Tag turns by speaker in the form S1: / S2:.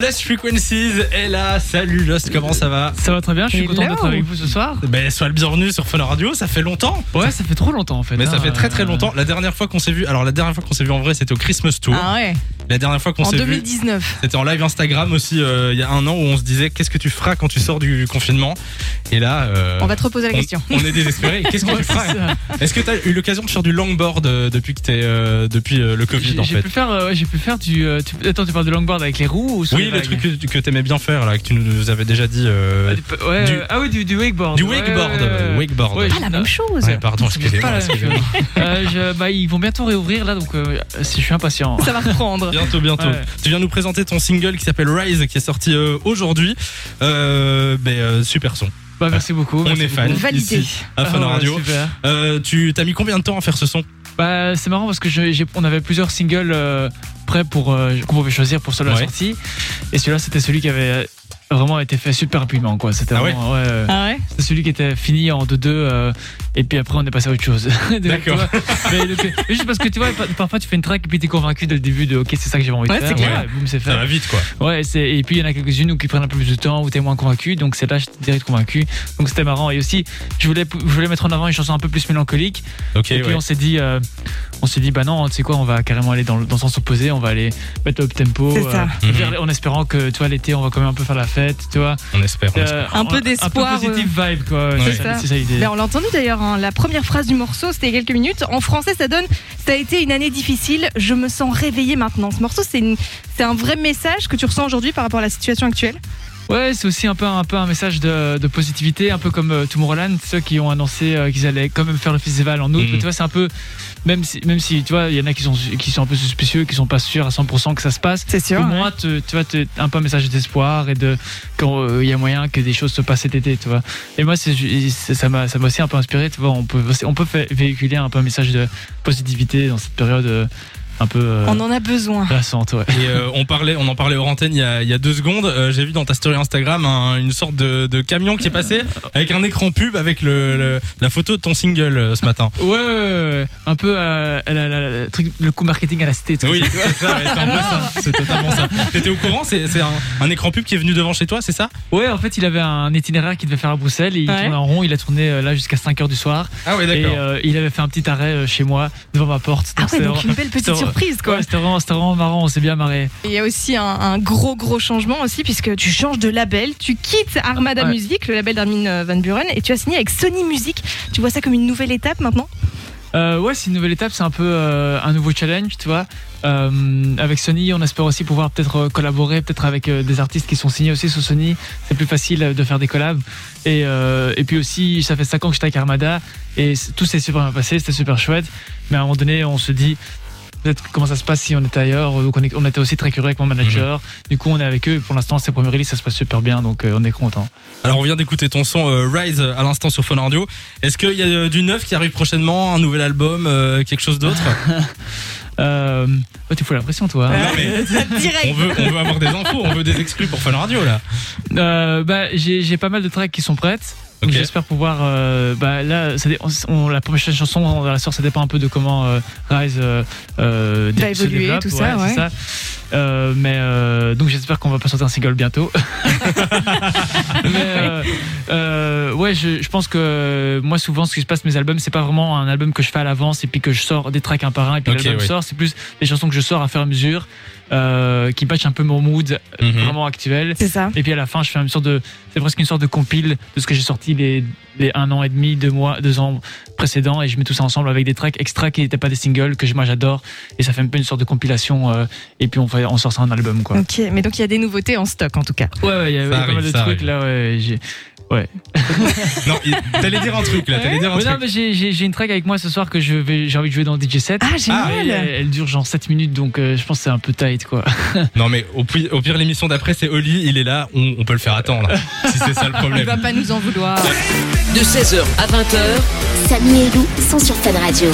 S1: Lost Frequencies est là. Salut Lost, comment ça va
S2: Ça va très bien, je suis
S3: Hello.
S2: content d'être avec vous ce soir.
S1: Ben, sois le bienvenu sur Fun Radio, ça fait longtemps.
S2: Ouais, ça fait trop longtemps en fait.
S1: Mais ça
S2: hein,
S1: fait très très
S2: euh,
S1: longtemps. La dernière fois qu'on s'est vu, alors la dernière fois qu'on s'est vu en vrai, c'était au Christmas Tour.
S3: Ah ouais,
S1: La dernière fois qu'on
S3: en
S1: s'est vu,
S3: 2019.
S1: c'était en live Instagram aussi euh, il y a un an où on se disait qu'est-ce que tu feras quand tu sors du confinement Et là, euh,
S3: On va te reposer la question.
S1: on est désespéré. Qu'est-ce que
S2: ouais,
S1: tu
S2: c'est
S1: feras
S2: ça.
S1: Est-ce que t'as eu l'occasion de faire du longboard euh, depuis que t'es euh, depuis euh, le Covid
S2: J'ai
S1: en
S2: j'ai
S1: fait
S2: pu faire, euh, ouais, j'ai pu faire du. euh, tu- Attends, tu parles de longboard avec les roues ou sur
S1: Oui,
S2: les
S1: le
S2: vagues
S1: truc que, que t'aimais bien faire là, que tu nous avais déjà dit. euh,
S2: Ah, du- ouais,
S1: Du-
S2: euh, ah oui, du, du wakeboard.
S1: du
S2: Ouais,
S1: wakeboard,
S2: ouais,
S1: euh,
S2: ouais.
S1: wakeboard.
S2: Ouais,
S3: Pas Ah, la même chose.
S1: Ouais, pardon,
S2: C'est pas
S1: excusez-moi.
S2: la même
S1: excusez-moi.
S2: chose. Euh, je- bah, ils vont bientôt réouvrir là, donc euh, si je suis impatient.
S3: Ça va reprendre.
S1: Bientôt, bientôt.
S2: Ouais.
S1: Tu viens nous présenter ton single qui s'appelle Rise, qui est sorti euh, aujourd'hui. Euh, ben, euh, super son.
S2: Bah, merci beaucoup.
S1: On
S2: merci
S1: est fan.
S2: beaucoup.
S3: Validé.
S1: Ici, à Fun
S2: Ah ouais,
S1: Radio.
S2: super.
S1: Euh, tu t'as mis combien de temps à faire ce son
S2: Bah, c'est marrant parce que je- j'ai- on avait plusieurs singles euh, prêts pour euh, qu'on pouvait choisir pour seule
S1: Ouais.
S2: sortie, et celui-là c'était celui qui avait euh, vraiment été fait super rapidement quoi. C'était
S1: Ah
S2: vraiment, ouais, euh,
S3: Ah ouais
S2: C'est celui qui était fini en 2-2 euh, et puis après on est passé à autre chose. Donc,
S1: D'accord.
S2: tu vois, mais le- mais juste parce que tu vois, par- parfois tu fais une track et puis t'es convaincu dès le début de ok c'est ça que j'avais envie de
S3: Ouais, c'est
S2: faire.
S1: clair.
S2: voilà, boum, c'est fait.
S1: Ça va vite, quoi.
S2: Ouais, c'est- et puis il y en a quelques-unes où qui prennent un peu plus de temps où t'es moins convaincu. Donc c'est là j'étais direct convaincu. Donc c'était marrant. Et aussi je voulais je voulais mettre en avant une chanson un peu plus mélancolique.
S1: Ok,
S2: Et, puis
S1: ouais.
S2: on s'est dit euh, on s'est dit bah non tu sais quoi on va carrément aller dans le, dans le sens opposé. On va aller mettre up tempo.
S3: C'est ça.
S2: je veux
S1: Mhm.
S2: dire, En espérant que tu vois l'été on va quand même un peu faire la fête. Tu vois.
S1: on espère. on espère.
S2: Euh,
S3: Un peu d'espoir,
S2: Un peu positive vibe quoi.
S1: Ouais.
S2: C'est
S3: C'est ça.
S2: ça, c'est ça l'idée.
S3: Ben, on l'a entendu d'ailleurs, hein, la première phrase du morceau, c'était il y a quelques minutes. En français, ça donne Ça a été une année difficile, je me sens réveillée maintenant. Ce morceau, c'est une- c'est un vrai message que tu ressens aujourd'hui par rapport à la situation actuelle.
S2: Ouais, c'est aussi un peu, un peu un message de, de positivité, un peu comme euh, Tomorrowland, ceux qui ont annoncé euh, qu'ils allaient quand même faire le festival en août.
S1: Mhm.
S2: Mais tu vois, c'est un peu, même si, même si tu vois, il y en a qui sont, qui sont un peu suspicieux, qui sont pas sûrs à 100% que ça se passe.
S3: C'est sûr.
S2: Au moins, te- tu vois, te- un peu un message d'espoir et de quand euh, il y a moyen que des choses se passent cet été, tu vois. Et moi, c'est ju- c'est- ça m'a, ça m'a aussi un peu inspiré, tu vois. On peut, on peut fait- véhiculer un peu un message de positivité dans cette période euh, un peu euh,
S3: On en a besoin.
S2: lassante, ouais.
S1: Et euh, on parlait, on en parlait hors antenne il y a, il y a deux secondes. Euh, J'ai vu dans ta story Instagram un- une sorte de, de camion qui est passé avec un écran pub avec le, le- la photo de ton single euh, ce matin.
S2: Ouais, ouais, ouais, ouais. un peu euh, la- la- la- le truc- le coup marketing à la cité. tu vois.
S1: Oui, c'est ça, ouais,
S3: Ah,
S1: c'est un peu ça. C'est totalement ça. T'étais au courant C'est c'est un, un écran pub qui est venu devant chez toi, c'est ça
S2: Ouais, en fait, il avait un itinéraire qu'il devait faire à Bruxelles. Et il
S3: Ouais.
S2: tournait en rond. Il a tourné euh, là jusqu'à 5 heures du soir.
S1: Ah ouais,
S2: Et euh, il avait fait un petit arrêt euh, chez moi, devant ma porte.
S3: Ah ouais,
S2: c'était
S3: donc
S2: vraiment-
S3: une belle petite
S2: c'est-
S3: surprise quoi.
S2: Ouais, c'était vraiment, c'était vraiment marrant, on s'est bien marré.
S3: Et Il y a aussi un, un gros gros changement aussi puisque tu changes de label, tu quittes Armada
S2: Ouais.
S3: Music, le label d'Armin euh, Van Buren, et tu as signé avec Sony Music. Tu vois ça comme une nouvelle étape maintenant
S2: Euh, ouais, c'est une nouvelle étape, c'est un peu euh, un nouveau challenge, tu vois. Euh, avec Sony, on espère aussi pouvoir peut-être euh, collaborer, peut-être avec euh, des artistes qui sont signés aussi sous Sony. C'est plus facile euh, de faire des collabs. Et, euh, et puis aussi, ça fait 5 ans que j'étais avec Armada et c- tout s'est super bien passé, c'était super chouette. Mais à un moment donné, on se dit peut-être comment ça se passe si on était ailleurs. Donc on, est- on était aussi très curieux avec mon manager. Du coup, on est avec eux. Et pour l'instant, ces premiers releases, ça se passe super bien, donc euh, on est content.
S1: Alors on vient d'écouter ton son euh, Rise à l'instant sur Phone Radio. Est-ce qu'il y a euh, du neuf qui arrive prochainement, un nouvel album, euh, quelque chose d'autre
S2: Euh, oh, tu fous la pression, toi. hein.
S1: Non mais on
S3: Direct.
S1: veut, on veut avoir des infos, on veut des exclus pour Fun Radio là.
S2: Euh, bah, j'ai j'ai pas mal de tracks qui sont prêtes. Donc
S1: Ok.
S2: J'espère pouvoir. euh, bah, là, ça dé- on- on- la prochaine chanson, on va la sortir, ça dépend un peu de comment euh, Rise euh, euh,
S3: Va
S2: se
S3: évoluer,
S2: développe.
S3: tout ça,
S2: c'est
S3: ouais.
S2: Euh, mais euh, donc j'espère qu'on va pas sortir un single bientôt. mais euh, euh, ouais, je, je pense que moi souvent ce qui se passe mes albums, c'est pas vraiment un album que je fais à l'avance et puis que je sors des tracks un par un et puis
S1: Ok,
S2: l'album
S1: ouais.
S2: sort. C'est plus des chansons que je sors à faire à mesure, euh, qui patchent un peu mon mood
S1: Mhm.
S2: vraiment actuel.
S3: C'est ça.
S2: Et puis à la fin, je fais une sorte de, c'est presque une sorte de compile de ce que j'ai sorti les, les un an et demi, deux mois, deux ans précédents, et je mets tout ça ensemble avec des tracks extra qui n'étaient pas des singles que je- moi j'adore, et ça fait un peu une sorte de compilation. euh, et puis on fait, on sort ça en album quoi.
S3: Ok, mais donc il y a des nouveautés en stock en tout cas.
S2: Ouais, ouais, il y a il y a pas
S1: arrive,
S2: mal de
S1: ça
S2: trucs
S1: arrive.
S2: là. Ouais, j'ai-
S1: Non, il- t'allais dire un truc là, t'allais dire un
S2: Ouais, non,
S1: truc.
S2: mais j'ai- j'ai j'ai une track avec moi ce soir que je vais, j'ai envie de jouer dans DJ set.
S3: Ah
S2: Et elle,
S3: génial.
S2: elle dure genre 7 minutes, donc euh, je pense que c'est un peu tight quoi.
S1: Non mais au, pi- au pire l'émission d'après c'est Oli, il est là, on, on peut le faire attendre si c'est ça le
S3: Il
S1: problème.
S3: va pas nous en vouloir.
S4: de 16h à 20h
S5: Samy et Lou sont sur Fun Radio.